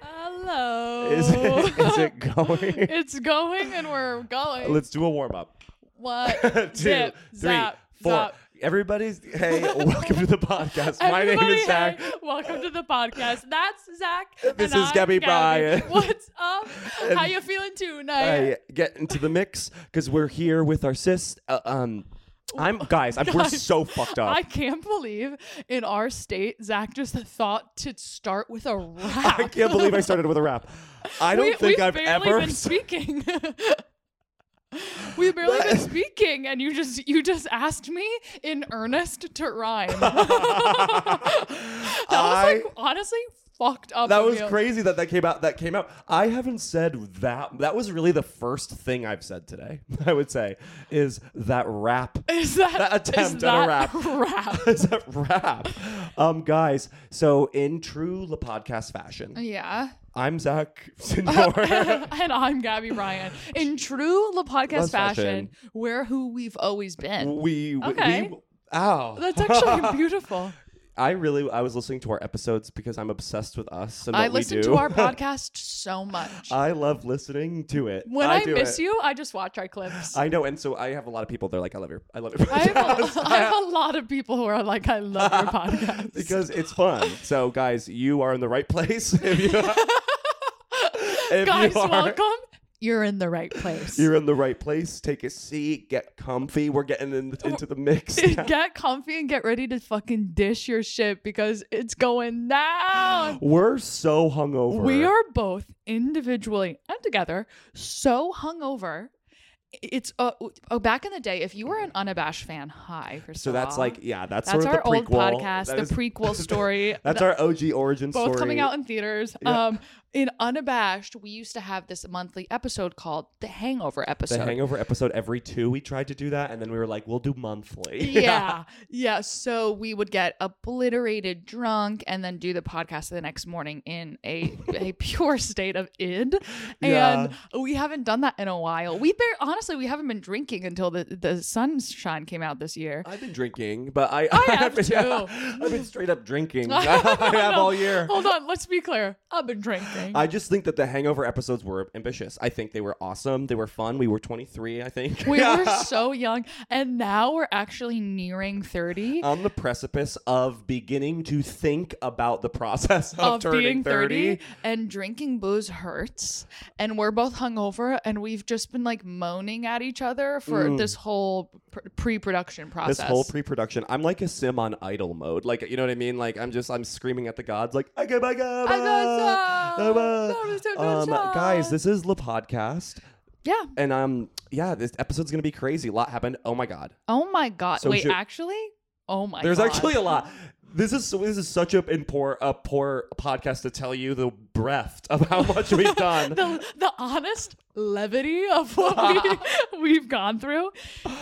Hello. Is it, is it going? it's going and we're going. Let's do a warm up. what? Zip, Two, three, four. zap, zap. Everybody's hey, welcome to the podcast. My name Everybody, is Zach. hey, welcome to the podcast. That's Zach. This and is I'm Gabby Bryan. What's up? How you feeling tonight? I get into the mix because we're here with our sis. Uh, um, I'm guys. I'm, we're so fucked up. I can't believe in our state, Zach just thought to start with a rap. I can't believe I started with a rap. I don't we, think we've I've barely ever. been speaking. We've barely been speaking, and you just you just asked me in earnest to rhyme. that I- was like honestly fucked up. that of was you. crazy that that came out. That came out. I haven't said that. That was really the first thing I've said today. I would say is that rap. Is that, That attempt is at a that rap. rap? is that rap? Um, guys. So in true La podcast fashion, yeah. I'm Zach Sindor. and I'm Gabby Ryan. In true La Podcast Last fashion, fashion. we're who we've always been. we, we Okay. we. Ow. That's actually beautiful. I really I was listening to our episodes because I'm obsessed with us and I what we listen do. to our podcast so much. I love listening to it. when I, do miss it. you, I just watch our clips. I know, and so I have a lot of people. They're like, I love your, I love your I have, podcast a, I have a lot of people who are like, I love your podcast. because it's fun. So guys, you are in the right place. If you, if Guys, you are, welcome. You're in the right place. You're in the right place. Take a seat. Get comfy. We're getting in, into the mix. Get comfy and get ready to fucking dish your shit because it's going down. We're so hungover. We are both individually and together so hungover. It's uh, oh, back in the day, if you were an unabashed fan, hi. First So of that's all. like, yeah, that's, that's sort our of the old prequel. podcast, That the is- prequel story. That's the- our OG origin story. both coming out in theaters. Yeah. Um, in Unabashed, we used to have this monthly episode called the Hangover episode. the hangover episode every two we tried to do that and then we were like we'll do monthly yeah. Yeah. So we would get obliterated drunk and then do the podcast the next morning in a, a pure state of id. Yeah. And we haven't done that in a while. We bar- honestly, we haven't been drinking until the, the sunshine came out this year. i've been drinking but i I have been, too. i've been straight up drinking i have all year Hold on. Let's be clear. I've been drinking. i just think that the hangover episodes were ambitious i think they were awesome they were fun we were 23 i think we were so young, and now we're actually nearing 30. on the precipice of beginning to think about the process of, of turning being 30, 30 and drinking booze hurts and we're both hungover and we've just been like moaning at each other for this whole pr- pre-production process Mm. this whole pre-production i'm like a sim on idle mode like you know what i mean like i'm just i'm screaming at the gods like okay my god I got some. Sorry, so um, good guys shot. this is the podcast yeah and um yeah this episode's gonna be crazy a lot happened oh my god oh my god So wait should- actually oh my there's god actually a lot this is this is such a in poor a poor podcast to tell you the breadth of how much we've done the, the honest levity of what we, we've gone through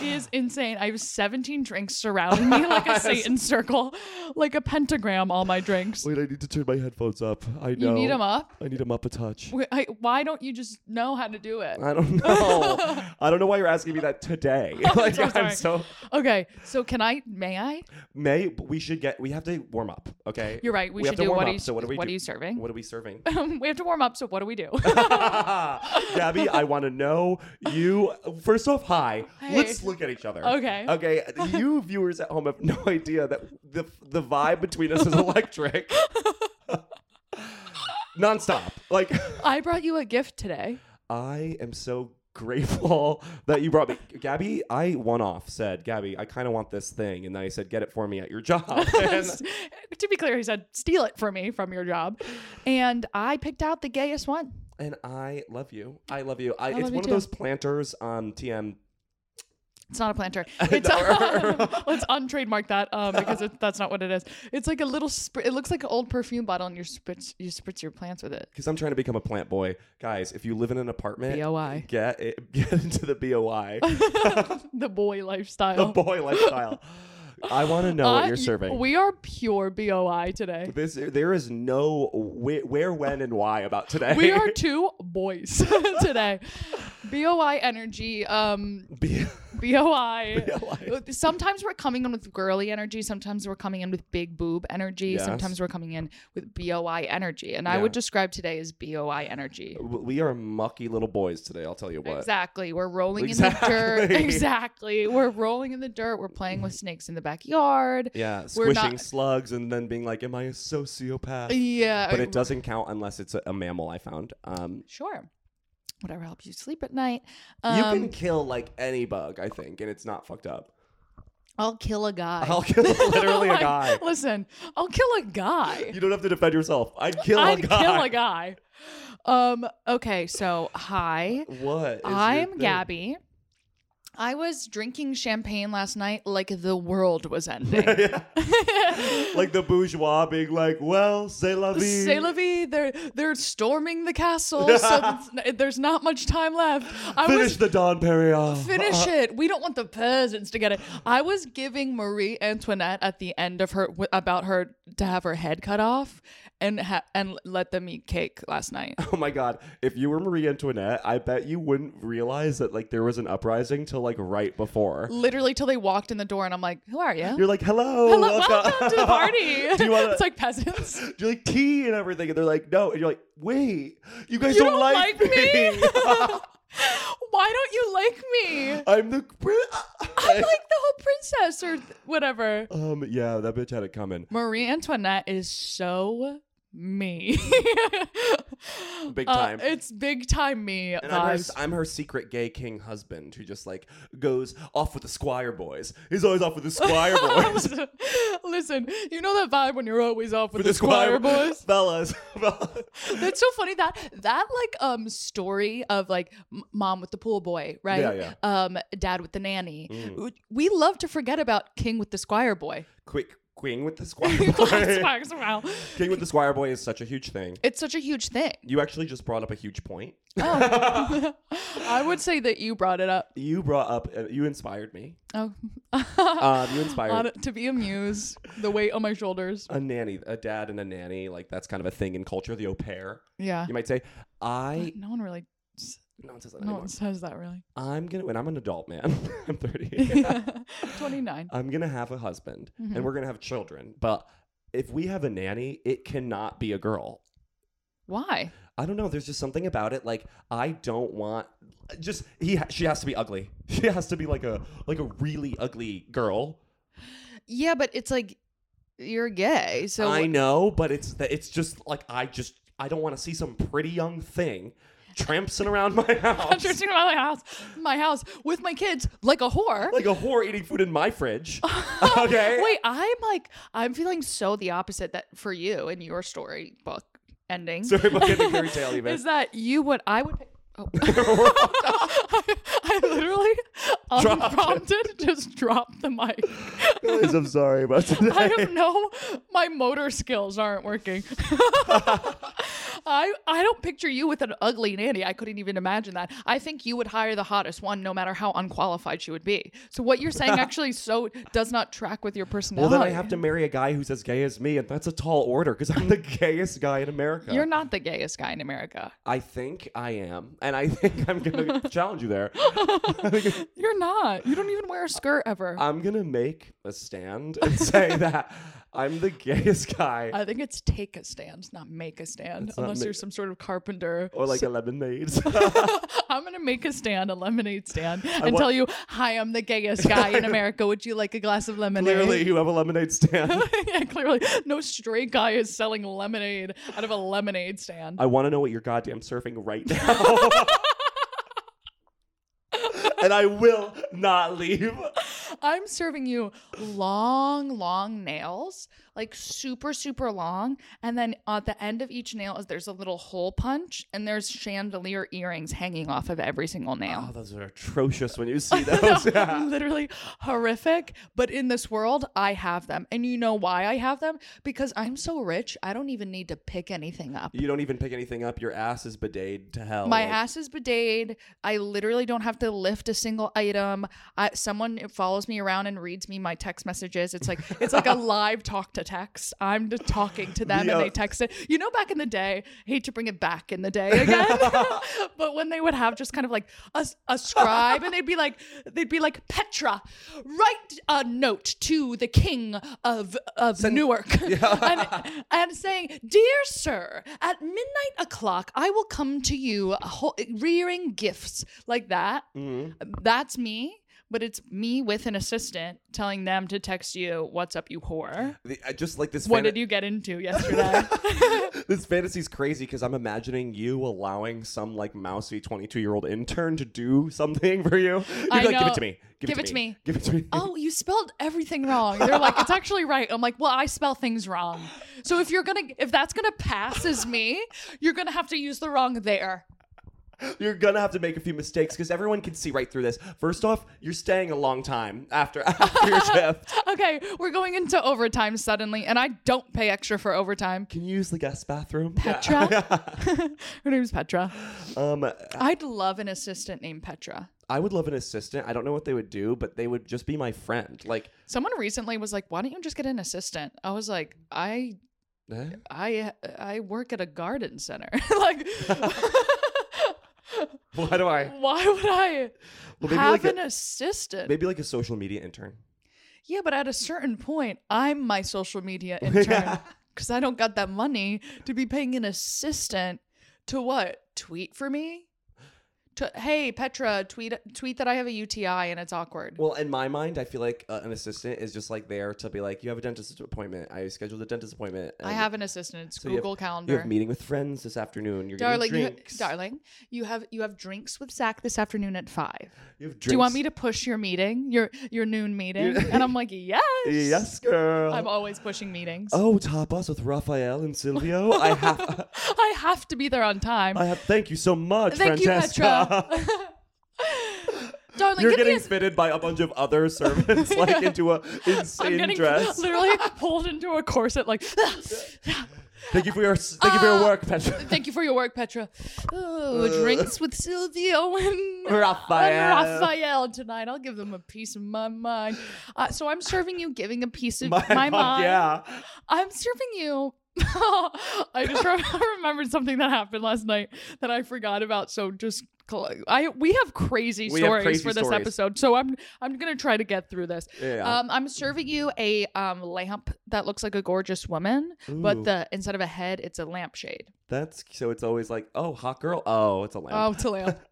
is insane. I have 17 drinks surrounding me like a Satan circle, like a pentagram, all my drinks. wait i need to turn my headphones up i You know need 'em up? i need them up a touch Wait, I, why don't you just know how to do it? I don't know. I don't know why you're asking me that today. like so sorry. I'm so Okay, so can I? May I? May but we should get we have to warm up. Okay, You're right, we should have to do warm what up. are you- so what are we? what do- are you serving? What are we serving? we have to warm up. So what do we do? Gabby, I want to know you. First off, hi. Let's look at each other. Okay. Okay. You viewers at home have no idea that the the vibe between us is electric. Nonstop. Like I brought you a gift today. I am so grateful that you brought me. Gabby, I one off said, Gabby, I kind of want this thing. And then I said, get it for me at your job. And to be clear, he said, steal it from me from your job. And I picked out the gayest one. and I love you. I love you. I, love it's you one of too. those planters on TM. It's not a planter. It's um, let's untrademark that um, because it, that's not what it is. It's like a little. Sp- it looks like an old perfume bottle, and you spritz you spritz your plants with it. Because I'm trying to become a plant boy, guys. If you live in an apartment, BOI. get it, get into the BOI, The boy lifestyle. the boy lifestyle. I want to know Uh, what you're y- serving. We are pure BOI today. This there is no where, where, when, and why about today. We are two boys today. BOI energy. Um, Be- BOI. BOI. Uh, Sometimes we're coming in with girly energy. Sometimes we're coming in with big boob energy. Yes. Sometimes we're coming in with BOI energy. And I Yeah. would describe today as BOI energy. we are mucky little boys today. I'll tell you what. Exactly. We're rolling in the Exactly. dirt. Exactly. We're rolling in the dirt. We're playing with snakes in the backyard. Yeah, We're squishing not- slugs and then being like, "Am I a sociopath?" Yeah. But it doesn't count unless it's a, a mammal. I found. Um, Sure. Whatever helps you sleep at night. you Um, can kill like any bug, I think, and it's not fucked up. I'll kill a guy. I'll kill literally a Like, guy. Listen, I'll kill a guy. You don't have to defend yourself. I'd kill I'd a guy. kill a guy. Um. Okay. So hi, What? is your I'm thing? Gabby. I was drinking champagne last night like the world was ending. Like the bourgeois being like, "Well, c'est la vie." Say la vie, they're they're storming the castle, so it's- there's not much time left. I Finish was the Don Perignon. finish it. We don't want the peasants to get it. I was giving Marie Antoinette at the end of her w- about her to have her head cut off and ha- and let them eat cake last night. Oh my god! If you were Marie Antoinette, I bet you wouldn't realize that like there was an uprising till like right before. Literally till they walked in the door, and I'm like, "Who are you? You're like, "Hello, Hello, welcome to the party." Do you wanna- it's like peasants. You're like tea and everything, and they're like, "No," and you're like, "Wait, you guys You don't, don't like, like me? me? Why don't you like me? I'm the." pri- I'm like the whole princess or th- whatever. um, yeah, that bitch had it coming. Marie Antoinette is so me. Big Uh, time. it's big time me And I'm her, vibes. I'm her secret gay king husband who just like goes off with the squire boys. He's always off with the squire boys. Listen- Listen, you know that vibe when you're always off with, with the, Squire boys. fellas. fellas. That's so funny that that like um story of like m- mom with the pool boy, right? Yeah, yeah. Um, Mm. dad with the nanny. We love to forget about king with the squire boy. Quick, queen with the squire boy. Squire, squire. King with the Squire Boy is such a huge thing. it's such a huge thing. You actually just brought up a huge point. Oh, I would say that you brought it up. You brought up, uh, you inspired me. Oh, Um, you inspired On- to be amused, the weight on my shoulders. a nanny, a dad and a nanny. Like that's kind of a thing in culture. The au pair, Yeah. you might say. I No one really. no one says that No anymore. one says that really. I'm gonna when I'm an adult man. I'm 30. Twenty nine. I'm gonna have a husband, Mm-hmm. and we're gonna have children. But if we have a nanny, it cannot be a girl. Why? I don't know. There's just something about it. Like I don't want. Just he. ha- She has to be ugly. She has to be like a like a really ugly girl. Yeah, but it's like you're gay, so I know, but it's that. It's just like I just. I don't want to see some pretty young thing trampsing around my I'm house just around my house, my house with my kids like a whore. like a whore eating food in my fridge. okay. Wait, I'm like I'm feeling so the opposite that for you in your story book ending. Sorry about getting fairy tale even. is that you would I would pick Oh. I, I literally unprompted just dropped the mic. Guys, I'm sorry about today. I have no my motor skills aren't working. I I don't picture you with an ugly nanny. I couldn't even imagine that. I think you would hire the hottest one no matter how unqualified she would be. So what you're saying actually so does not track with your Well, personality. then I have to marry a guy who's as gay as me, and that's a tall order because I'm the gayest guy in America. You're not the gayest guy in America. I think I am, and I think I'm gonna challenge you there. You're not. You don't even wear a skirt ever. I, I'm gonna make a stand and say that I'm the gayest guy, think it's take a stand, not make a stand. not Unless ma- you're some sort of carpenter. or like a lemonade. I'm gonna make a stand, a lemonade stand, and want- tell you, "Hi, I'm the gayest guy in America. Would you like a glass of lemonade?" Clearly, you have a lemonade stand. yeah, clearly, no straight guy is selling lemonade out of a lemonade stand. I want to know what you're goddamn surfing right now. and I will not leave. I'm serving you long, long nails, like super, super long. And then at the end of each nail is there's a little hole punch, and there's chandelier earrings hanging off of every single Oh, nail. those are atrocious when you see those. Literally horrific. But in this world, I have them, and you know why I have them? Because I'm so rich, I don't even need to pick anything up. You don't even pick anything up. Your ass is bidet to hell. My Like, ass is bidet. I literally don't have to lift a single item. I, someone follows me around and reads me my text messages. It's like it's like a live talk to text. I'm just talking to them The, uh, and they text it. You know, back in the day, hate to bring it back in the day again, but when they would have just kind of like a, a scribe and they'd be like they'd be like Petra, write a note to the king of of Newark. and, and saying, Dear sir, at midnight o'clock, I will come to you ho- rearing gifts like that. That's me, but it's me with an assistant telling them to text you, What's up, you whore? the- I just like this. What fanta- did you get into yesterday? This fantasy's crazy because I'm imagining you allowing some like mousy 22 year old intern to do something for you. You'd be I like, give it know. to me. Give, it, to me. me." Give it to me. oh, you spelled everything wrong. They're like, It's actually right. I'm like, Well, I spell things wrong. So if you're going to, if that's going to pass as me, you're going to have to use the wrong there. You're gonna have to make a few mistakes because everyone can see right through this. First off, you're staying a long time after after your shift. Okay, we're going into overtime suddenly, and I don't pay extra for overtime. Can you use the guest bathroom? Petra. Her name's Petra. Um, I'd love an assistant named Petra. I would love an assistant. I don't know what they would do, but they would just be my friend. Like, Someone recently was like, "Why don't you just get an assistant?" I was like, "I, eh? I, I work at a garden center. like, why do I? why would I Well, maybe have like a- an assistant?" Maybe like a social media intern. Yeah, but at a certain point, I'm my social media intern because I don't got that money to be paying an assistant to what tweet for me. To, hey Petra, tweet tweet that I have a UTI and it's awkward. Well, in my mind, I feel like uh, an assistant is just like there to be like, you have a dentist appointment. I scheduled a dentist appointment. I and have an assistant. It's so you have- Google You have Calendar. meeting with friends this afternoon. You're Darling, getting you, drinks. darling, you have you have drinks with Zach this afternoon at five. you have drinks. Do you want me to push your meeting, your your noon meeting? and I'm like, yes, Yes, girl. I'm always pushing meetings. oh, top us with Raphael and Silvio. I have. I have to be there on time. I have. Thank you so much, Thank Francesca. you, Petra. Darling, You're give me getting a, fitted by a bunch of other servants, like into a I'm insane getting dress. literally pulled into a corset. Like, Thank you for your thank you for your Uh, work, Petra. thank you for your work, Petra. Oh, drinks with Silvio and Raphael. and Raphael tonight. I'll give them a piece of my mind. Uh, so I'm serving you, giving a piece of my, mind. Yeah. I'm serving you. I just re- remembered something that happened last night that I forgot about. So just cl- I we have crazy We have stories crazy for this stories. episode. So I'm I'm gonna try to get through this. Yeah. Um, I'm serving you a um lamp that looks like a gorgeous woman, but the instead of a head, it's a lampshade. That's so it's always like, oh, hot girl. Oh, it's a Oh, lamp. it's a lamp.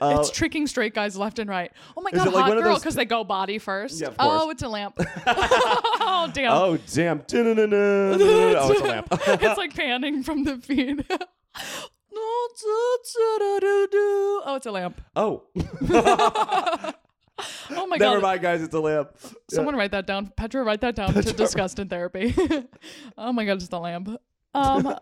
Oh, it's tricking straight guys left and right. Oh my Is god, it like hot one of girl, those- because they go body first. Yeah, of oh, course. it's a lamp. oh damn. oh damn. Du-nu-nu-nu. Oh, it's a lamp. it's like panning from the feed. No, do, do, do, do, do. Oh, it's a lamp. Oh, Oh my never god. mind, guys. It's a lamp. Someone write that down. Petra, write that down to discuss in therapy. oh my god, it's the lamp. Um,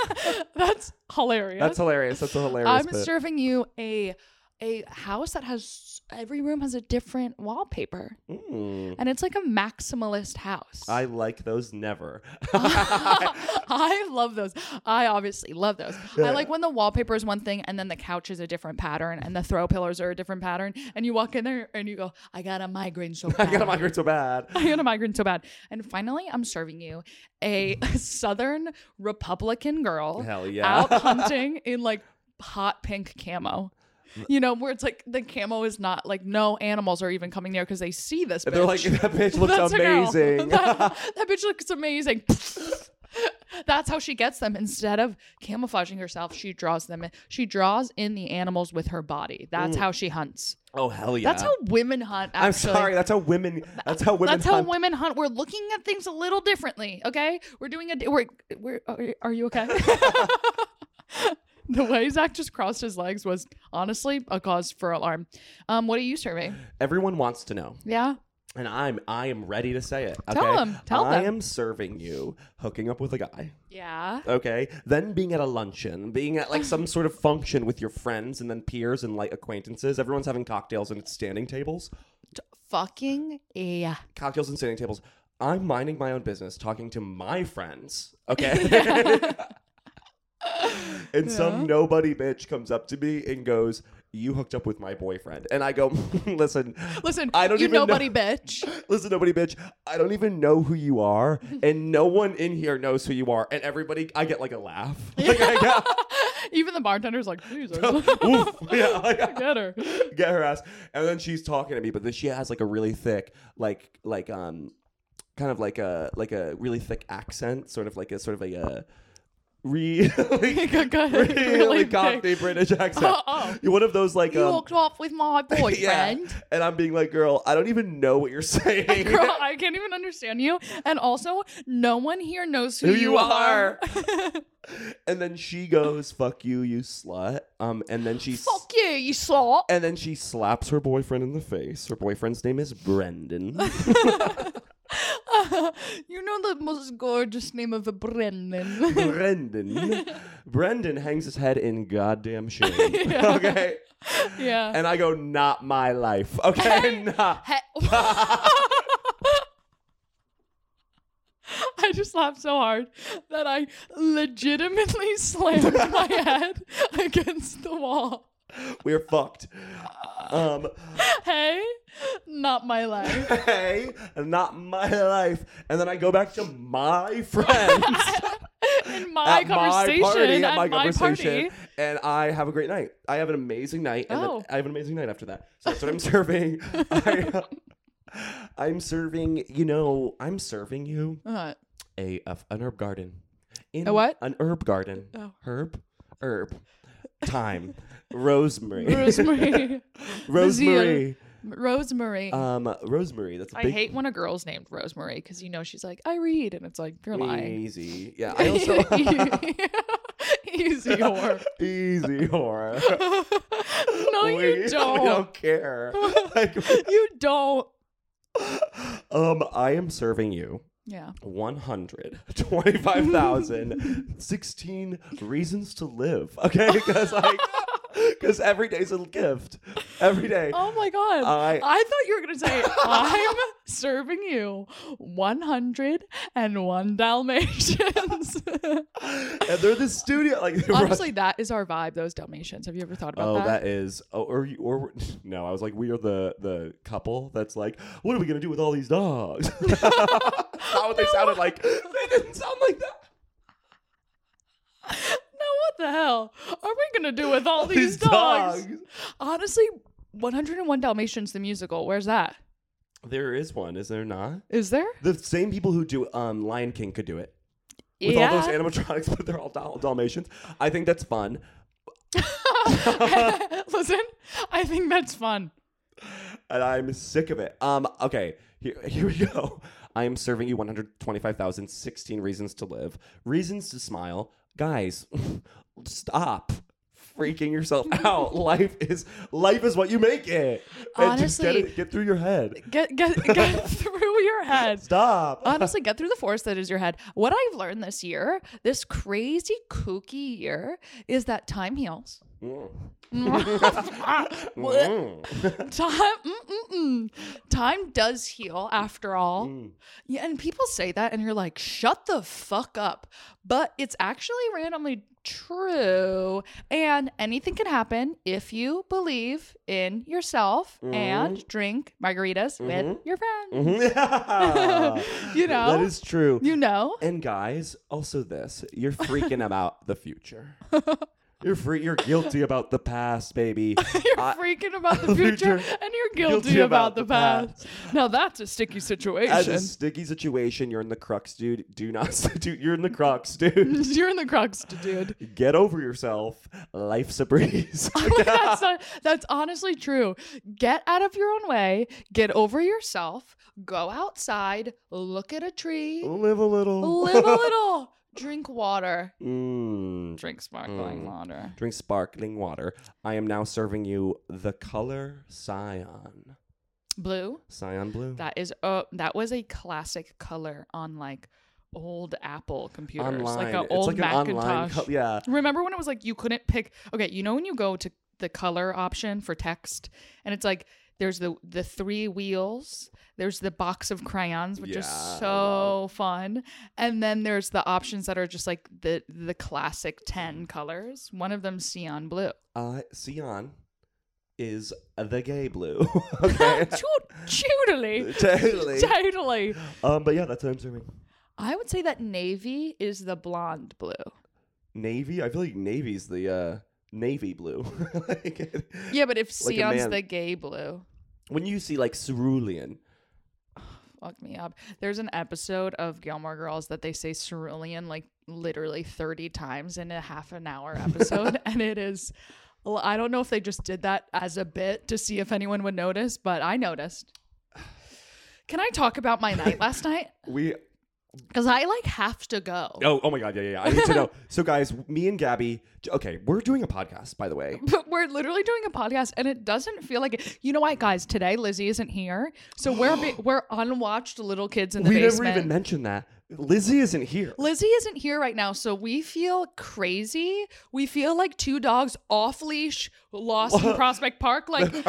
that's hilarious. That's hilarious. That's a hilarious. I'm bit. serving you a a house that has every room has a different wallpaper, Mm. and it's like a maximalist house. I like those never. I love those. I obviously love those. I like when the wallpaper is one thing and then the couch is a different pattern and the throw pillows are a different pattern. And you walk in there and you go, I got a migraine so bad. I got a migraine so bad. I got a migraine so bad. And finally, I'm serving you a Southern Republican girl Hell yeah. out hunting in like hot pink camo. You know, where it's like the camo is not like no animals are even coming near because they see this. They're like, bitch. that bitch looks That's a girl. amazing. that, that bitch looks amazing. That's how she gets them. Instead of camouflaging herself, she draws them. In. She draws in the animals with her body. That's how she hunts. oh hell yeah. Mm. That's how women hunt. Actually. I'm sorry. That's how women. That's how women. That's how hunt. women hunt. We're looking at things a little differently. Okay, we're doing a. We're. we're are you okay? The way Zach just crossed his legs was honestly a cause for alarm. Um, what are you serving? Everyone wants to know, Yeah. and I'm I am ready to say it. Okay? Tell 'em. Tell I them. am serving you hooking up with a guy. Yeah. Okay, then being at a luncheon, being at like some sort of function with your friends and then peers and like acquaintances. Everyone's having cocktails and it's standing tables. Fucking yeah. cocktails and standing tables. I'm minding my own business, talking to my friends. Okay. and some nobody bitch comes up to me and goes, "You hooked up with my boyfriend," and I go, "Listen, Listen, I don't you even nobody know- bitch. Listen, nobody bitch. I don't even know who you are, and no one in here knows who you are. And everybody, I get like a laugh. Like, I get, Even the bartender's like, Jesus, oof, yeah, like, get her. get her ass. And then she's talking to me, but then she has like a really thick, like like um, kind of like a like a really thick accent, sort of like a sort of a uh, really Really really big. cockney British accent. Oh, oh. You're One of those like You um, walked off with my yeah. boyfriend. And I'm being like, girl, I don't even know what you're saying. Girl, I can't even understand you. And also, no one here knows who, who you are. and then she goes, "Fuck you, you slut." Um, and then she. s- Fuck you, you slut. and then she slaps her boyfriend in the face. Her boyfriend's name is Brendan. you know the most gorgeous name of a Brendan. Brendan. Brendan hangs his head in goddamn shame. Okay. yeah. And I go, not my life. Okay. Not. He- I just laughed so hard that I legitimately slammed my head against the wall. We're fucked. Um, Hey, not my life. hey, not my life. And then I go back to my friends. In my at conversation, my party, at my, conversation, party. and I have a great night. I have an amazing night, and Oh. then I have an amazing night after that. So that's what I'm serving. I, am serving, you know, I'm serving you Uh, a, a an herb garden. In A what? An herb garden. Oh. Herb, herb, thyme, rosemary, Rosemary. rosemary. Rosemary. Um, rosemary. That's a I big hate when a girl's named Rosemary because you know she's like, I read, and it's like, you're lying. easy. Yeah, I also Easy whore. easy horror. No, you I don't. don't care. Like, You don't. Um, I am serving you Yeah. 125,016 reasons to live. Okay, because like, because every day's a gift. Every day. Oh my god. I- thought you were gonna say I'm serving you 101 Dalmatians. And they're the studio. Like they were- Honestly, that is our vibe. Those Dalmatians. Have you ever thought about Oh, that is. Oh, or you- or no? I was like, we are the the couple that's like, what are we gonna do with all these dogs? That's not what they sounded like. They didn't sound like that. Now what the hell are we gonna do with all these, These dogs? dogs. Honestly, 101 Dalmatians the musical. Where's that? There is one, is there not? Is there? The same people who do um, Lion King could do it. with all those animatronics, but they're all Dal- Dalmatians. I think that's fun. Listen, I think that's fun. And I'm sick of it. Um, okay, here, here we go. I am serving you 125,016 reasons to live, reasons to smile. Guys, stop freaking yourself out. life is life is what you make it. And just get, Honestly- it, get through your head. Get get get through your head. Stop. Honestly, get through the forest that is your head. What I've learned this year, this crazy kooky year, is that time heals. time, mm-mm-mm. time does heal after all. Yeah, and people say that, and you're like, shut the fuck up. But it's actually randomly true. And anything can happen if you believe in yourself and drink margaritas with your friends. You know? That is true. You know? And guys, also this, you're freaking about the future. You're free, you're guilty about the past, baby. You're freaking about the future, future. and you're guilty, about, the past. Now that's a sticky As a situation. sticky situation, you're in the crux, dude. Do not do you're in the crux, dude. You're in the crux, dude. Get over yourself. Life's a breeze. that's, not- that's honestly true. Get out of your own way. Get over yourself. Go outside. Look at a tree. Live a little. Live a little. Drink water. Mm. Drink sparkling water. Drink sparkling water. I am now serving you the color Scion. Blue. Scion blue. That is uh that was a classic color on like old Apple computers, like an It's old like an online Macintosh. co- yeah. Remember when it was like you couldn't pick? Okay, you know when you go to the color option for text, and it's like there's the the three wheels, there's the box of crayons, which is Yeah, I so fun, and then there's the options that are just like the the classic ten colors. One of them cyan blue. Uh, Scion is the gay blue. okay. totally, totally. totally. Um, but yeah, that's what I'm serving. I would say that navy is the blonde blue. Navy. I feel like navy's the uh, navy blue. Like it- Yeah, but if Like a cyan's man. the gay blue, when you see like cerulean, fuck me up. There's an episode of Gilmore Girls that they say cerulean like literally 30 times in a half an hour episode. and it is, well, I don't know if they just did that as a bit to see if anyone would notice, but I noticed. Can I talk about my night last night? we Because I like have to go. Oh, oh my God. Yeah, yeah, yeah. I need to know. So, guys, me and Gabby, okay, we're doing a podcast, by the way. But we're literally doing a podcast, and it doesn't feel like it. You know what, guys? Today Lizzie isn't here, so we're be- we're unwatched little kids in the We basement. never even mentioned that. Lizzie isn't here. Lizzie isn't here right now, so we feel crazy. We feel like two dogs off leash, lost in Prospect Park. Like this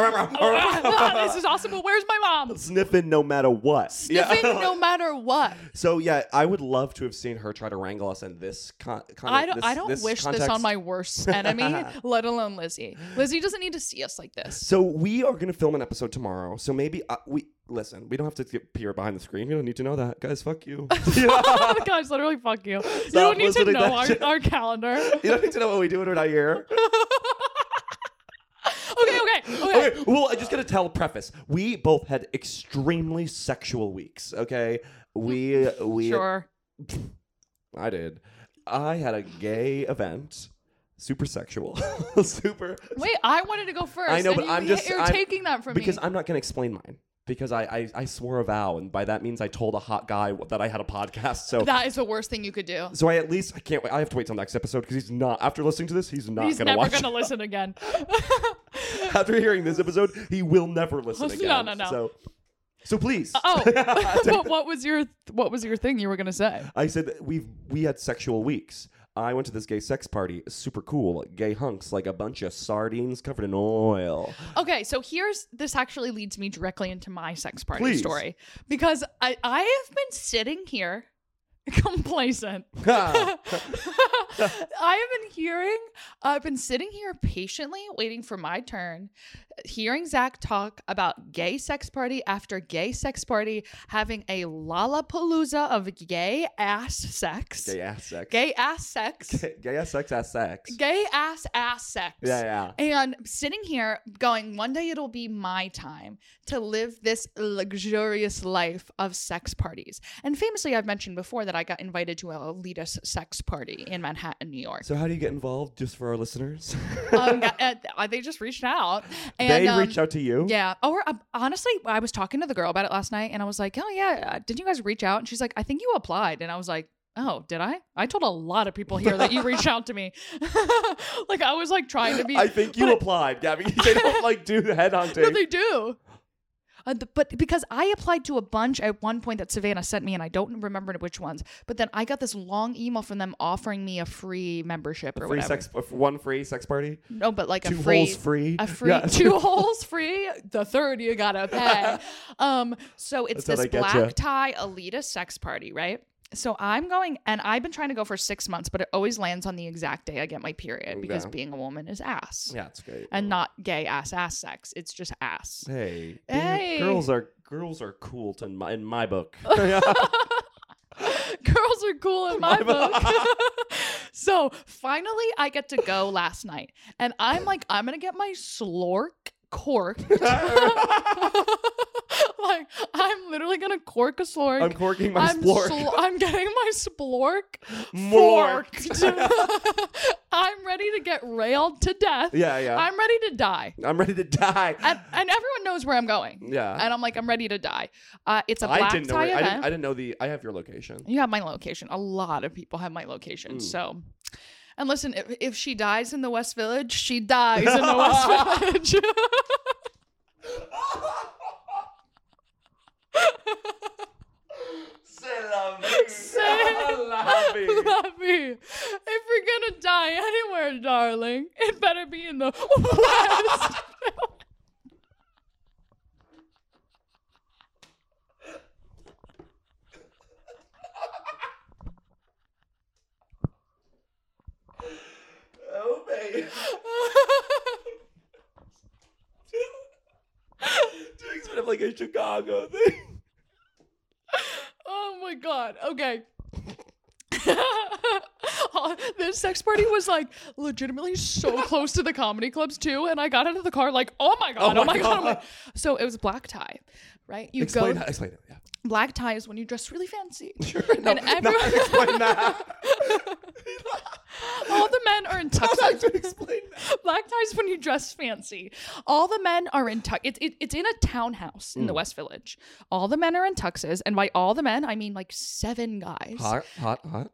is awesome, but where's my mom? Sniffing no matter what. Sniffing no matter what. So, yeah, I would love to have seen her try to wrangle us in this con- con- I don't. this- I don't this wish this context. on my worst enemy, let alone Lizzie. Lizzie doesn't need to see us like this. So, we are going to film an episode tomorrow. So, maybe uh, we. Listen, we don't have to get peer behind the screen. You don't need to know that. Guys, fuck you. Oh my Guys, literally, fuck you. you don't need to listening to know that our, shit. our calendar. you don't need to know what we do when we're not here. Okay, okay, okay. Okay, well, I just gotta tell preface. We both had extremely sexual weeks. Okay, we we Sure. I did. I had a gay event, super sexual, super. Wait, I wanted to go first. I know, and but you, I'm just you're I'm- taking that from because me. I'm not gonna explain mine because I, I I swore a vow and by that means I told a hot guy that I had a podcast. So. that is the worst thing you could do. so I at least I can't wait. I have to wait till next episode because he's not. After listening to this, he's not He's gonna never watch. gonna listen again. after hearing this episode, he will never listen No, again. no, no. So, so please. oh, what, what was your what was your thing you were gonna say? I said that we've we had sexual weeks. I went to this gay sex party, super cool, gay hunks, like a bunch of sardines covered in oil. Okay, so here's this actually leads me directly into my sex party Please. story because I I have been sitting here complacent. Ha! I have been hearing, I've been sitting here patiently waiting for my turn, hearing Zach talk about gay sex party after gay sex party, having a lollapalooza of gay ass sex, gay ass sex. gay ass sex, gay ass sex ass sex. gay ass ass sex. Yeah, And sitting here going, one day it'll be my time to live this luxurious life of sex parties. And famously, I've mentioned before that I got invited to a elitist sex party in Manhattan, New York. So how do you get involved? Just for our listeners, um, yeah, and, uh, they just reached out. And, they um, reach out to you. Yeah. Or uh, honestly, I was talking to the girl about it last night, and I was like, "Oh yeah, uh, didn't you guys reach out?" And she's like, "I think you applied," and I was like. Oh, did I? I told a lot of people here that you reached out to me. like I was like trying to be. I think you but applied, Gabby. They don't like do head hunting. I- no, they do. Uh, th- but because I applied to a bunch at one point that Savannah sent me, and I don't remember which ones. But then I got this long email from them offering me a free membership or free whatever. sex, uh, one free sex party. No, but like Two a free, holes free. a free Yeah. two holes free. The third you gotta pay. um, so it's That's how this they get black ya. tie Alita sex party, right? So I'm going, and I've been trying to go for six months, but it always lands on the exact day I get my period because Yeah. being a woman is ass, Yeah, it's great. and not gay ass ass sex. It's just ass. hey, being- Hey. girls are girls are cool to in my, in my book. Girls are cool in my book. so finally, I get to go last night, and I'm like, I'm gonna get my slork corked. like I'm literally gonna cork a slork. I'm corking my I'm splork. sl- I'm getting my splork Morked. forked. I'm ready to get railed to death. Yeah, yeah. I'm ready to die. I'm ready to die. And, and everyone knows where I'm going. Yeah. And I'm like, I'm ready to die. Uh, it's a black I didn't know. tie where- I event. didn't, I didn't know the. I have your location. You have my location. A lot of people have my location. So, and listen, if, if she dies in the West Village, she dies in the West Village. Love me. If you're gonna die anywhere, darling, it better be in the West. Oh, babe. Doing sort of like a Chicago thing. oh my god. Okay. Uh, this sex party was like legitimately so close to the comedy clubs too, and I got out of the car like, oh my god, oh my, god. oh my- So it was black tie, right? You Explain go. that. Explain it. Yeah. Black tie is when you dress really fancy, No, and no, everyone, explain that. all the men are in tux. I'm not gonna explain that. Black ties when you dress fancy. All the men are in tux. It, it, it's in a townhouse Mm. in the West Village. All the men are in tuxes, and by all the men, I mean like seven guys. Hot, hot, hot.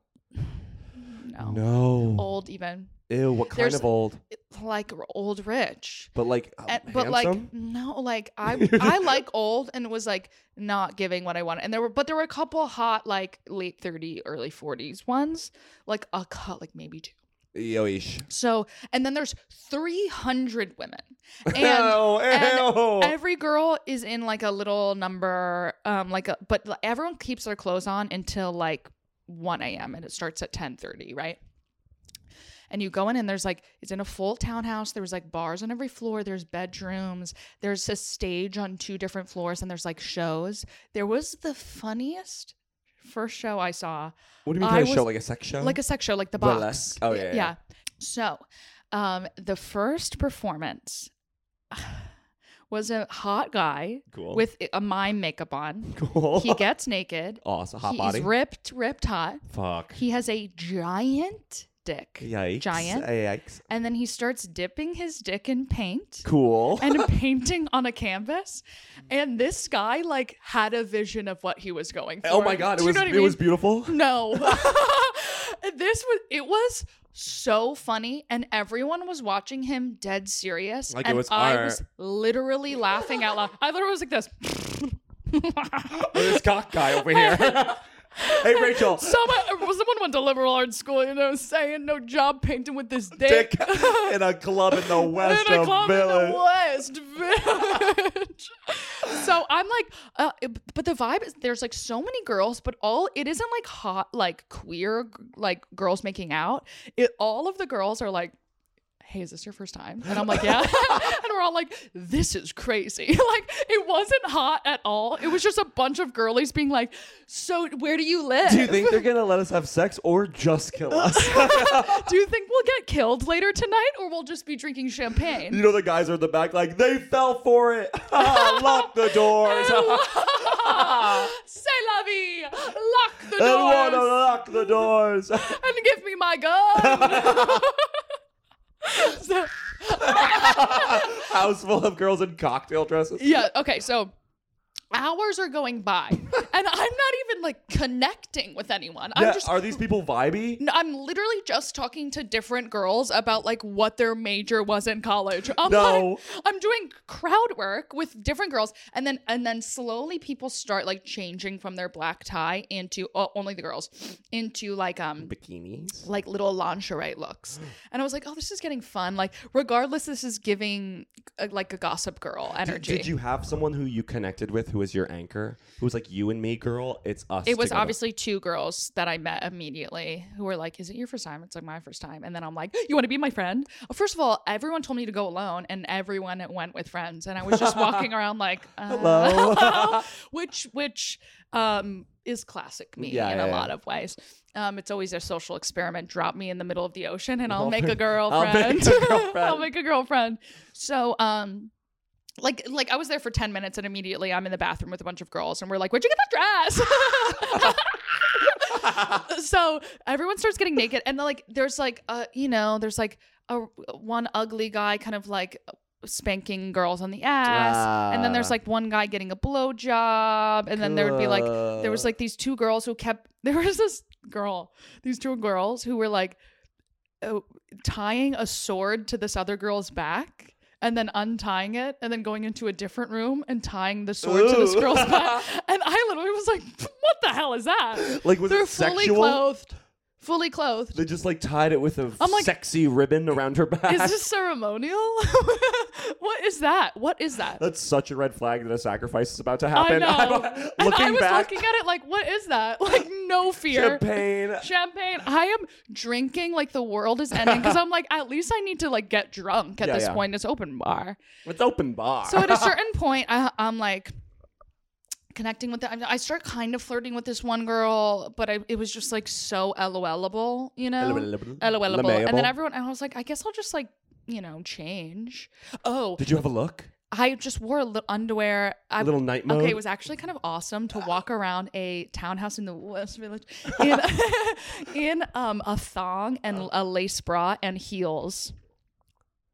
No. No. Old even. Ew. What kind There's- of old? Like r- old rich. But like, uh, And- eh, but like handsome? no, like I I like old and was like not giving what I wanted. And there were but there were a couple hot like late 30, early 40s ones. Like a cut like maybe two. Yoish. So and then there's 300 women. And, Ew, and ew. every girl is in like a little number, um, like a but like, everyone keeps their clothes on until like 1 a.m. and it starts at 10:30, right? And you go in and there's like it's in a full townhouse. There was like bars on every floor. There's bedrooms. There's a stage on two different floors and there's like shows. There was the funniest first show I saw What do you mean I kind of show? was- Like a sex show? like a sex show, like the box. Burlesque. Oh, yeah, yeah, yeah. So, um, the first performance was a hot guy Cool. with a mime makeup on. Cool. He gets naked. Awesome. Hot He's body. ripped, ripped hot. Fuck. He has a giant dick. Yikes. Giant. Yikes. And then he starts dipping his dick in paint Cool. and painting on a canvas. And this guy like had a vision of what he was going for. oh my god, it Do you was know what I it was mean? beautiful. Oh, No. this was it was so funny and everyone was watching him dead serious Like it and was I art. was literally laughing out loud. I literally was like this. this cock guy over here. hey Rachel. Someone, someone went to liberal arts school, you know, saying no job painting with this dick. dick in a club in the west in a of club in Village. the West Village. so I'm like, uh, it- but the vibe is there's like so many girls, but all it isn't like hot, like queer, g- like girls making out. It all of the girls are like. Hey, is this your first time? And I'm like, yeah. and we're all like, this is crazy. like, it wasn't hot at all. It was just a bunch of girlies being like, so where do you live? Do you think they're gonna let us have sex or just kill us? do you think we'll get killed later tonight, or we'll just be drinking champagne? you know the guys are in the back like they fell for it. Lock the doors. Say la vie! Lock the Everyone doors! lock the doors. And give me my gun! So- House full of girls in cocktail dresses. yeah, okay, so hours are going by, and I'm not even like connecting with anyone. I'm Yeah, just. are these people vibey? n- I'm literally just talking to different girls about like what their major was in college. I'm No. like, I'm doing crowd work with different girls, and then and then slowly people start like changing from their black tie into oh, only the girls into like um Bikinis. like little lingerie Mm. looks. And I was like, oh, this is getting fun. Like, regardless, this is giving uh, like a gossip girl energy. Did you have someone who you connected with who was your anchor? Who was like you and me, girl? It's us. it was together." obviously two girls that I met immediately who were like, Is it your first time? It's like my first time. And then I'm like, You want to be my friend? Uh, First of all, everyone told me to go alone and everyone went with friends. And I was just walking around like, uh, Hello. which which um is classic me Yeah, in yeah, a yeah. lot of ways. Um, it's always a social experiment. Drop me in the middle of the ocean, and I'll, I'll make a make- girlfriend. I'll make a girlfriend. I'll make a girlfriend. So, um, like like I was there for 10 minutes and immediately I'm in the bathroom with a bunch of girls and we're like, "Where'd you get that dress?" so everyone starts getting naked and then, like there's like uh you know, there's like a one ugly guy kind of like spanking girls on the ass and then Ah. there's like one guy getting a blow job and then there would be like there was like these two girls who kept there was this girl these two girls who were like uh, tying a sword to this other girl's back and then untying it and then going into a different room and tying the sword to this Ooh. girl's back and i literally was like what the hell is that Like, was they're it fully sexual? clothed fully clothed They just like tied it with a I'm like- sexy ribbon around her back. is this ceremonial what is that what is that That's such a red flag that a sacrifice is about to I happen. know. I'm, and looking I was back, looking at it like, what is that? Like, no fear. champagne. Champagne. I am drinking like the world is ending because I'm like, at least I need to like get drunk at Yeah, this yeah. point. It's open bar. It's open bar. So at a certain point, I, I'm like connecting with it. I start kind of flirting with this one girl, but I, it was just like so LOLable, you know? LOLable. LOLable. And Lamayable. then everyone, and I was like, I guess I'll just like, you know, change. Oh, Did you have a look? I just wore a little underwear. I, Little night mode? Ah. Okay, it was actually kind of awesome to walk around a townhouse in the West Village in, in um, a thong and Oh. a lace bra and heels.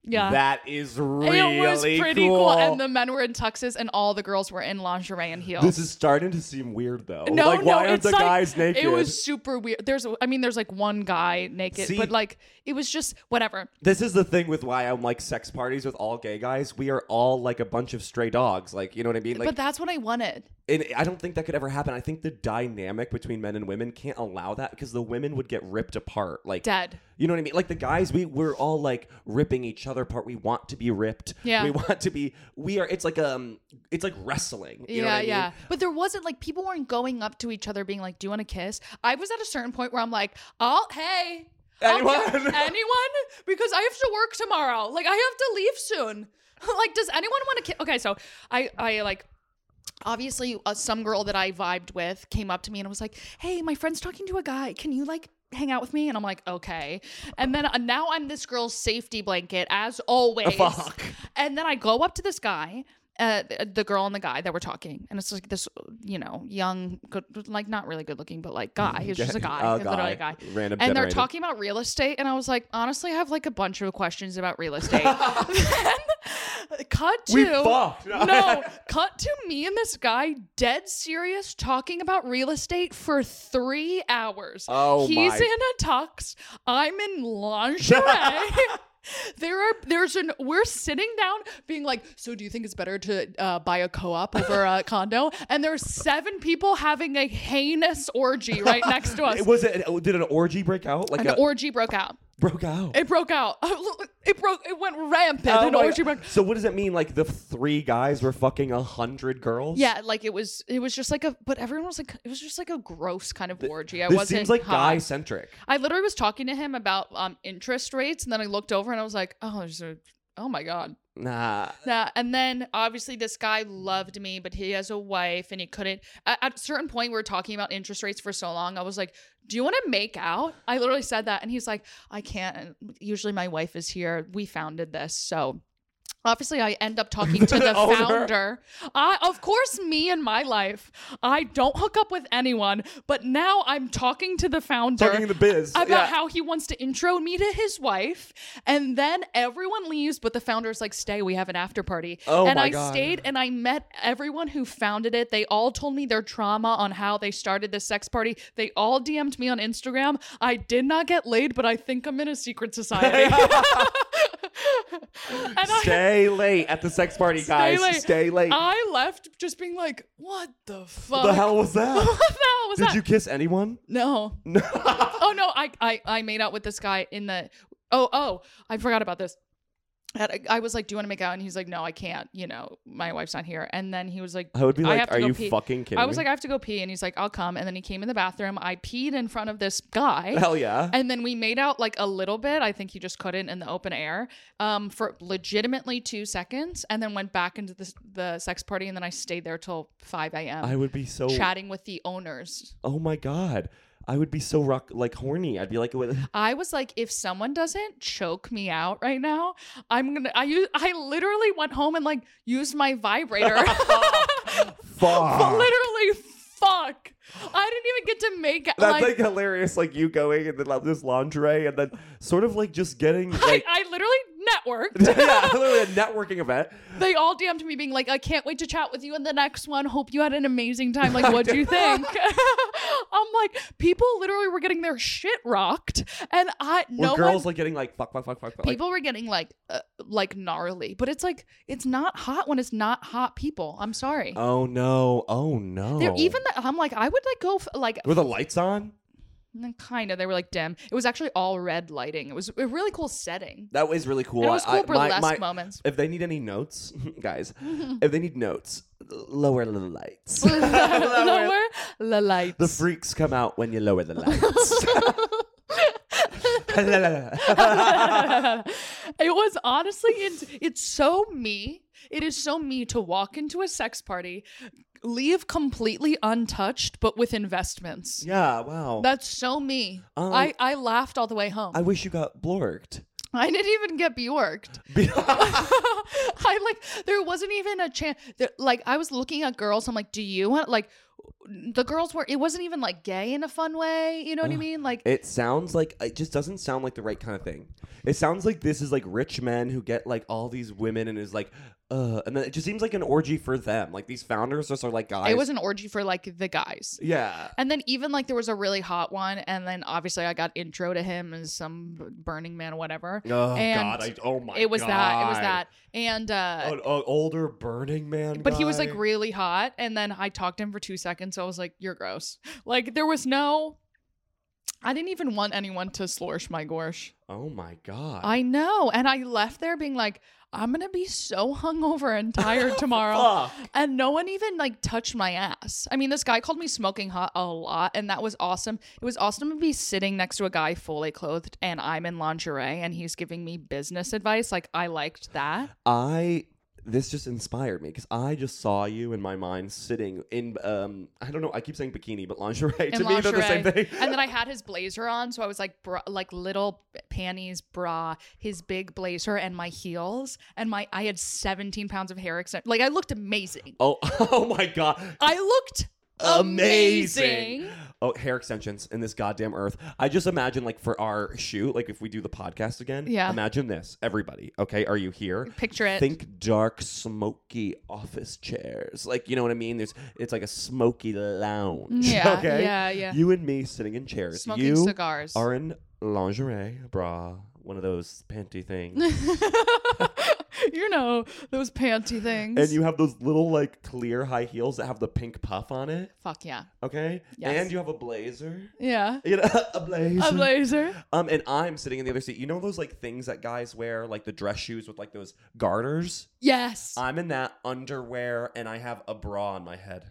Yeah. That is really it was pretty cool. And the men were in tuxes and all the girls were in lingerie and heels. this is starting to seem weird though. no, like, no, why aren't it's the like, guys naked? It was super weird. There's, I mean, there's like one guy naked, See- but like it was just whatever. This is the thing with why I'm like sex parties with all gay guys. We are all like a bunch of stray dogs. Like, you know what I mean? Like, but that's what I wanted. and I don't think that could ever happen. I think the dynamic between men and women can't allow that because the women would get ripped apart. Like Dead. You know what I mean? Like the guys, we we're all like ripping each other apart. We want to be ripped. Yeah. We want to be. We are. It's like um. It's like wrestling. You yeah, know what I mean? yeah. But there wasn't like people weren't going up to each other being like, "Do you want to kiss?" I was at a certain point where I'm like, "I'll hey." I'll Anyone? kiss anyone? Because I have to work tomorrow. Like I have to leave soon. like, does anyone want to kiss? Okay, so I, I like, obviously, uh, some girl that I vibed with came up to me and was like, "Hey, my friend's talking to a guy. Can you like?" hang out with me and I'm like okay and then uh, now I'm this girl's safety blanket as always Fuck. and then I go up to this guy, uh, th- the girl and the guy that were talking, and it's like this, you know, young, good, like not really good looking, but like guy. He's just a guy, A He's literally a Oh, guy. guy. Random And generated. they're talking about real estate, and I was like, honestly, I have like a bunch of questions about real estate. Then, cut to We fucked. no, cut to me and this guy, dead serious, talking about real estate for three hours. Oh, he's my. in a tux. I'm in lingerie. There are there's an we're sitting down being like so do you think it's better to uh, buy a co-op over a condo and there are seven people having a heinous orgy right next to us It was it. Did an orgy break out? Like an a orgy broke out broke out. it broke out it broke it went rampant Oh an my- orgy broke so what does that mean? Like the three guys were fucking a hundred girls? Yeah, like it was it was just like a but everyone was like it was just like a gross kind of orgy. I This wasn't seems like hot. guy centric. I literally was talking to him about um interest rates and then I looked over and I was like, Oh, there's a oh my god. Nah. Nah. And then obviously this guy loved me, but he has a wife and he couldn't at, at a certain point we were talking about interest rates for so long. I was like, Do you wanna make out? I literally said that and he's like, I can't and usually my wife is here. We founded this, so Obviously, I end up talking to the Owner. founder. I, of course, me and my life, I don't hook up with anyone, but now I'm talking to the founder Talking to the biz, about yeah. how he wants to intro me to his wife. And then everyone leaves, but the founder's like, stay, we have an after party. Oh and my I God. stayed and I met everyone who founded it. They all told me their trauma on how they started this sex party. They all DM'd me on Instagram. I did not get laid, but I think I'm in a secret society. and I, Stay late at the sex party, guys. Stay late. I left just being like, what the fuck? What the hell was that? what the hell was Did that? you kiss anyone? no. No. oh no, I, I I made out with this guy in the Oh, oh, I forgot about this. And I- I was like, "Do you want to make out?" And he's like, "No, I can't. You know, my wife's not here." And then he was like, I would be like, have to "Are go you pee." fucking kidding I was me? like, "I have to go pee," and he's like, "I'll come." And then he came in the bathroom. I peed in front of this guy. Hell yeah. And then we made out like a little bit. I think he just couldn't in the open air um, for legitimately two seconds, and then went back into the, the sex party. And then I stayed there till five a.m. I would be so. chatting with the owners. Oh my god. I would be so rock like horny. I'd be like, "What- I was like, if someone doesn't choke me out right now, I'm gonna. I use. I literally went home and like used my vibrator. Uh-huh. fuck. literally, fuck. I didn't even get to make That's like. like hilarious, like you going and then like, this lingerie and then sort of like just getting like I, I literally networked. yeah, literally a networking event. They all DM'd me being like, I can't wait to chat with you in the next one. Hope you had an amazing time. Like, what'd you think? I'm like, people literally were getting their shit rocked. And I, Where no one, girls like getting like fuck, fuck, fuck, fuck, fuck. like- people were getting like, uh, like gnarly. But it's like, it's not hot when it's not hot people. I'm sorry. oh no, oh no. They're even, the, I'm like, I would like go, f- like, were the lights on? kind of, they were like dim. It was actually all red lighting. It was a really cool setting. That was really cool. And it was I- cool my- burlesque my- moments. If they need any notes, guys, if they need notes, l- lower the lights. Lower the lights. the freaks come out when you lower the lights. it was honestly it's, it's so me it is so me to walk into a sex party leave completely untouched but with investments yeah, wow. that's so me Um, I, I laughed all the way home I wish you got blorked. I didn't even get Bjorked. I like there wasn't even a chance. There, like I was looking at girls. I'm like, do you want like the girls were? It wasn't even like gay in a fun way. You know what I mean? Like It sounds like it just doesn't sound like the right kind of thing. It sounds like this is like rich men who get like all these women and is like, uh, and then it just seems like an orgy for them. Like these founders just are like guys. it was an orgy for like the guys. Yeah. And then even like there was a really hot one, and then obviously I got intro to him as some Burning Man, whatever. Oh and God! I, oh my. it was that. It was God. Oh that. And uh, An, an older Burning Man. but he was like guy. really hot, and then I talked to him for two seconds. So I was like, "You're gross." Like there was no. I didn't even want anyone to slorsh my gorsh. oh my God. I know, and I left there being like, "I'm gonna be so hungover and tired tomorrow." Fuck. and no one even like touched my ass. I mean, this guy called me smoking hot a lot, and that was awesome. It was awesome to be sitting next to a guy fully clothed, and I'm in lingerie, and he's giving me business advice. Like I liked that. I this just inspired me because I just saw you in my mind sitting in um I don't know I keep saying bikini but lingerie to In me they're the same lingerie. thing. and then I had his blazer on, so I was like, bra- like little panties, bra, his big blazer, and my heels, and my I had 17 pounds of hair. Except, like I looked amazing. oh oh my god I looked amazing. amazing. Oh, hair extensions in this goddamn earth. I just imagine, like, for our shoot, like, if we do the podcast again, Yeah. imagine this. Everybody, okay? Are you here? Picture it. Think dark, smoky office chairs. Like, you know what I mean? There's, it's like a smoky lounge. Yeah, okay? yeah, yeah. You and me sitting in chairs. Smoking you cigars. are in lingerie, bra, one of those panty things. you know those panty things. and you have those little, like, clear high heels that have the pink puff on it, Fuck yeah. okay? Yes. And you have a blazer. Yeah. You know, a blazer. A blazer. Um, and I'm sitting in the other seat. You know those like things that guys wear, like the dress shoes with like those garters. Yes. I'm in that underwear, and I have a bra on my head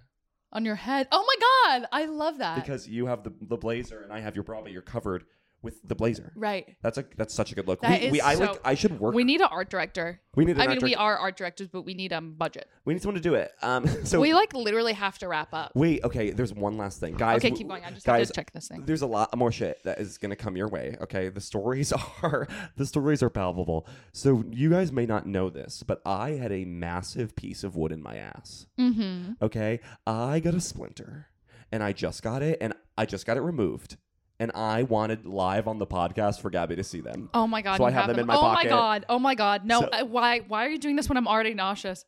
On your head. Oh my god. I love that. because you have the, the blazer, and I have your bra, but you're covered with the blazer. right. That's a that's such a good look. That we, is we- I so- like I should work. We need an art director. We need an I mean, art we direct- are art directors, but we need um budget. we need someone to do it. Um, so We like literally have to wrap up. Wait, okay, there's one last thing. Guys, Okay, w- keep going. I just have guys, to check this thing. There's a lot more shit that is going to come your way, okay? The stories are the stories are palpable. So you guys may not know this, but I had a massive piece of wood in my ass. Mm-hmm. Okay? I got a splinter and I just got it and I just got it removed. And I wanted live on the podcast for Gabby to see them. Oh my god. So I you have them in my oh pocket. my god. Oh my god. No. So- I, why? Why are you doing this when I'm already nauseous?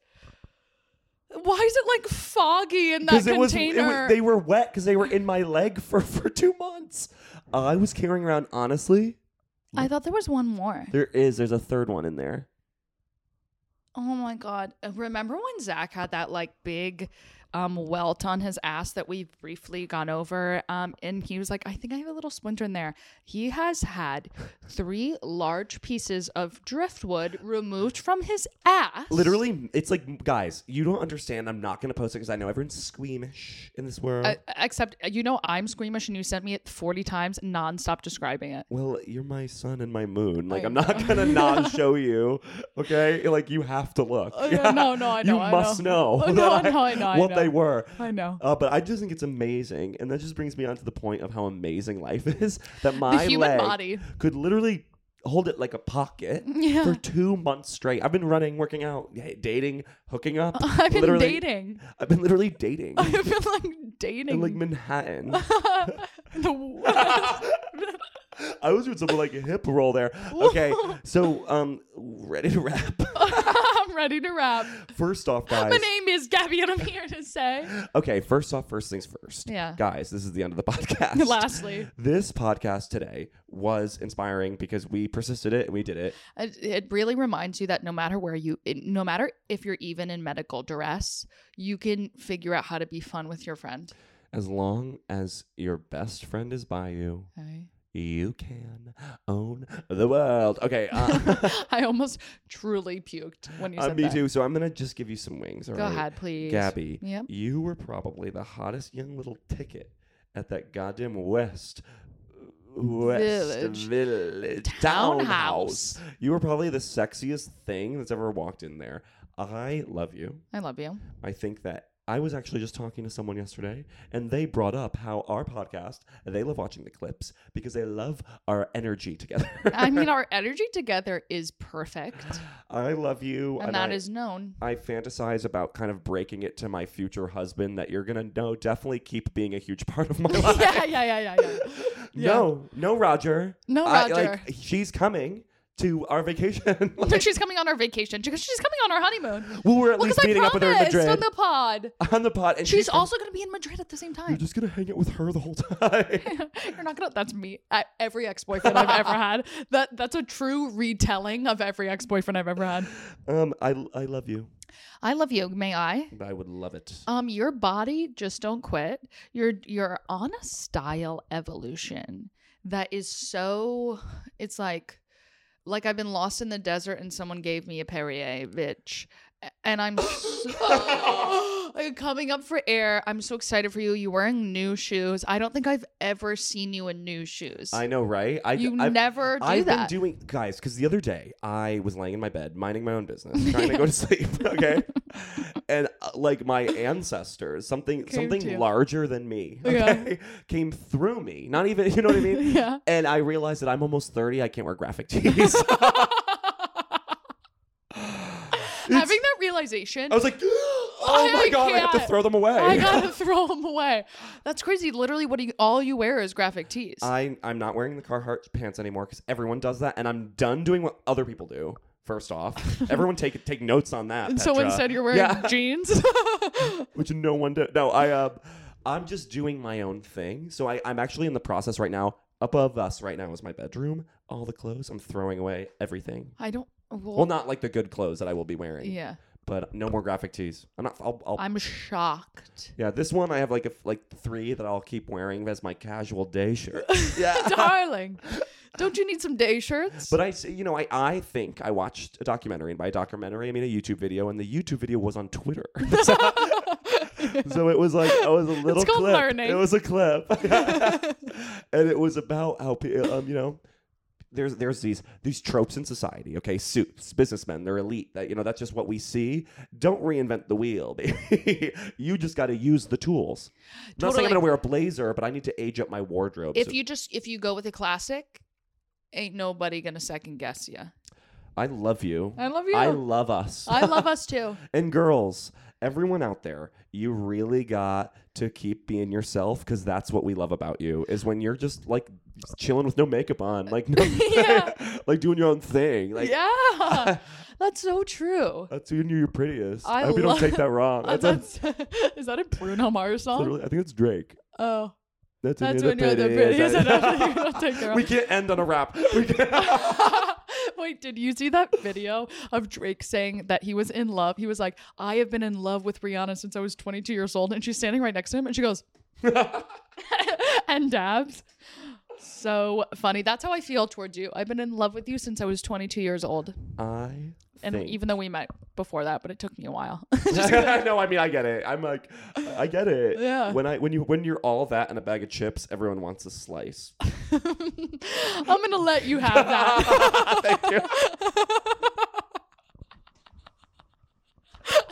Why is it like foggy in that it was, it container? was- they were wet because they were in my leg for for two months. I was carrying around honestly. I thought there was one more. There is there's a third one in there. Oh my god! Uh, Remember when Zach had that like big um, welt on his ass that we've briefly gone over, um, and he was like, "I think I have a little splinter in there." He has had three large pieces of driftwood removed from his ass. Literally, it's like, guys, you don't understand. I'm not going to post it because I know everyone's squeamish in this world. Uh, except uh, you know I'm squeamish, and you sent me it forty times nonstop describing it. well, you're my sun and my moon. Like, I'm not going to not show you. Okay? Like, you have to look. Uh, yeah, no, no, I know, You I must know. know. No, that no, I know, I What know. know. They were. I know. Uh, but I just think it's amazing, and that just brings me on to the point of how amazing life is. That my human leg body. could literally hold it like a pocket Yeah. for two months straight. I've been running, working out, h- dating, hooking up. I've been literally- dating. I've been literally dating I've been like in dating. like Manhattan. the worst. I was doing something like a hip roll there. Okay, so um, ready to wrap. I'm ready to wrap. First off, guys. My name is Gabby, and I'm here to say. Okay, first off, first things first. Yeah. Guys, this is the end of the podcast. Lastly. This podcast today was inspiring because we persisted it and we did it. It, it really reminds you that no matter where you, it, no matter if you're even in medical duress, you can figure out how to be fun with your friend. As long as your best friend is by you, Okay. you can own the world. Okay. Uh, I almost truly puked when you uh, said me that. too. So I'm going to just give you some wings. all Go right? ahead, please. Gabby, Yep. you were probably the hottest young little ticket at that goddamn West. uh, West Village. Village Townhouse. townhouse. You were probably the sexiest thing that's ever walked in there. I love you. I love you. I think that I was actually just talking to someone yesterday, and they brought up how our podcast, they love watching the clips because they love our energy together. I mean, our energy together is perfect, I love you. and that I- is known. I fantasize about kind of breaking it to my future husband that you're gonna know definitely keep being a huge part of my life. yeah, yeah, yeah, yeah, yeah. No, no, Roger. No, I- Roger. like, she's coming to our vacation. Like, But she's coming on our vacation because she's coming on our honeymoon. well, we're at Because least I meeting up with her in promised Madrid on the pod. on the pot, and She's she's also going to be in Madrid at the same time. You're just gonna hang out with her the whole time. You're not gonna. That's me. I, every ex boyfriend I've ever had. That that's a true retelling of every ex boyfriend I've ever had. um, I I love you. I love you. May I? I would love it. Um, your body just don't quit. You're you're on a style evolution that is so. It's like, like I've been lost in the desert and someone gave me a Perrier, bitch, A- and I'm. So, I'm coming up for air. I'm so excited for you. You're wearing new shoes. I don't think I've ever seen you in new shoes. I know, right? I, You I've- never do I've that. been doing, guys, because the other day I was laying in my bed, minding my own business, trying to go to sleep. Okay, and uh, like my ancestors, something Came something to you. larger than me, Yeah. okay, came through me. Not even, you know what I mean? Yeah. And I realized that I'm almost thirty. I can't wear graphic tees. I Having that realization, was like, oh I- my I god, I have to can't. throw them away. I gotta throw them away. That's crazy. Literally, what do you, all you wear is graphic tees. I, I'm not wearing the Carhartt pants anymore because everyone does that, and I'm done doing what other people do. First off, everyone take take notes on that. and so Petra. instead, you're wearing Yeah. jeans. which no one did. No, I uh, I'm just doing my own thing. So I, I'm actually in the process right now. Above us right now is my bedroom. All the clothes I'm throwing away. Everything. I don't. Well, Well, not like the good clothes that I will be wearing. yeah. But no more graphic tees. I'm not. I'll. I'll I'm shocked. yeah, this one I have like a, f- like three that I'll keep wearing as my casual day shirt. Darling, don't you need some day shirts? But I, s- you know, I, I think I watched a documentary, and by documentary I mean a YouTube video, and the YouTube video was on Twitter. so, so it was like it was a little called clip. learning. It was a clip, and it was about how pe- um, you know. There's there's these these tropes in society, okay? Suits, businessmen, they're elite. That you know, that's just what we see. Don't reinvent the wheel, baby. you just got to use the tools. I'm Not saying Totally. I'm gonna wear a blazer, but I need to age up my wardrobe. if so- you just if you go with a classic, ain't nobody gonna second guess you. I love you. I love you. I love us. I love us too. And girls, everyone out there, you really got to keep being yourself because that's what we love about you is when you're just like chilling with no makeup on, like no, like doing your own thing. Uh, Like Yeah, that's so true. that's when you're your prettiest. I, I hope you don't love- take that wrong. Uh, That's, that's that's, is that a Bruno Mars song? literally, I think it's Drake. Oh. That's, That's when you're the prettiest. I don't think you'll take that we wrong. can't end on a rap. We can't. Wait, did you see that video of Drake saying that he was in love? He was like, I have been in love with Rihanna since I was 22 years old. And she's standing right next to him and she goes, and dabs. So funny. That's how I feel towards you. I've been in love with you since I was 22 years old. I And think. even though we met before that, but it took me a while. no, I mean I get it. I'm like, I get it. Yeah. When I when you when you're all that and a bag of chips, everyone wants a slice. I'm going to let you have that. Thank you.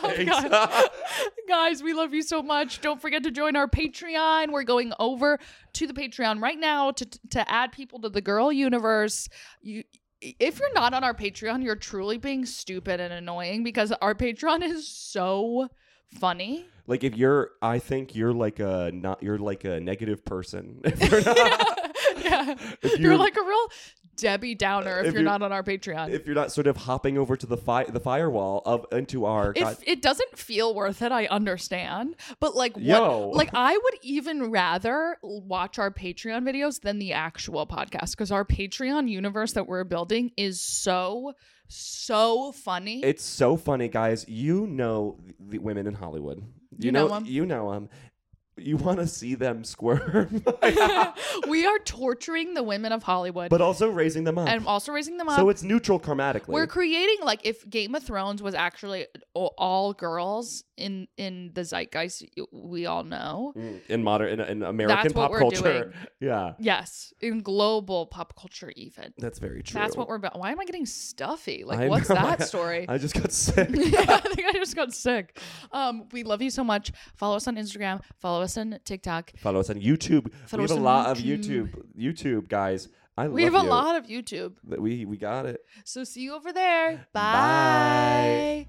Oh, God. Guys, we love you so much. Don't forget to join our Patreon. We're going over to the Patreon right now to to add people to the girl universe. You if you're not on our Patreon, you're truly being stupid and annoying because our Patreon is so funny. Like if you're, I think you're like a not, you're like a negative person. If you're not, yeah. If You're you're- like a real Debbie Downer if, If you're you- not on our Patreon. if you're not sort of hopping over to the fi- the firewall of into our. if it doesn't feel worth it, I understand. But like, what, Yo. like I would even rather l- watch our Patreon videos than the actual podcast because our Patreon universe that we're building is so so funny. It's so funny, guys. You know the women in Hollywood. You, You know know, 'em. you know them. You want to see them squirm, we are torturing the women of Hollywood but also raising them up. and also raising them up. so it's neutral chromatically. we're creating like if Game of Thrones was actually a- all girls in in the zeitgeist y- we all know. Mm, in modern in, in American That's what pop we're culture. Yeah, Yes, in global pop culture even. that's very true. That's what we're about. Why am I getting stuffy? Like, I what's know. that story? I just got sick. I think I just got sick. Um, we love you so much. Follow us on Instagram. Follow us on TikTok. Follow us on YouTube. Follow we us have a on lot YouTube. of YouTube. YouTube guys, I We love have a you. lot of YouTube. That We we got it. So see you over there. Bye. Bye.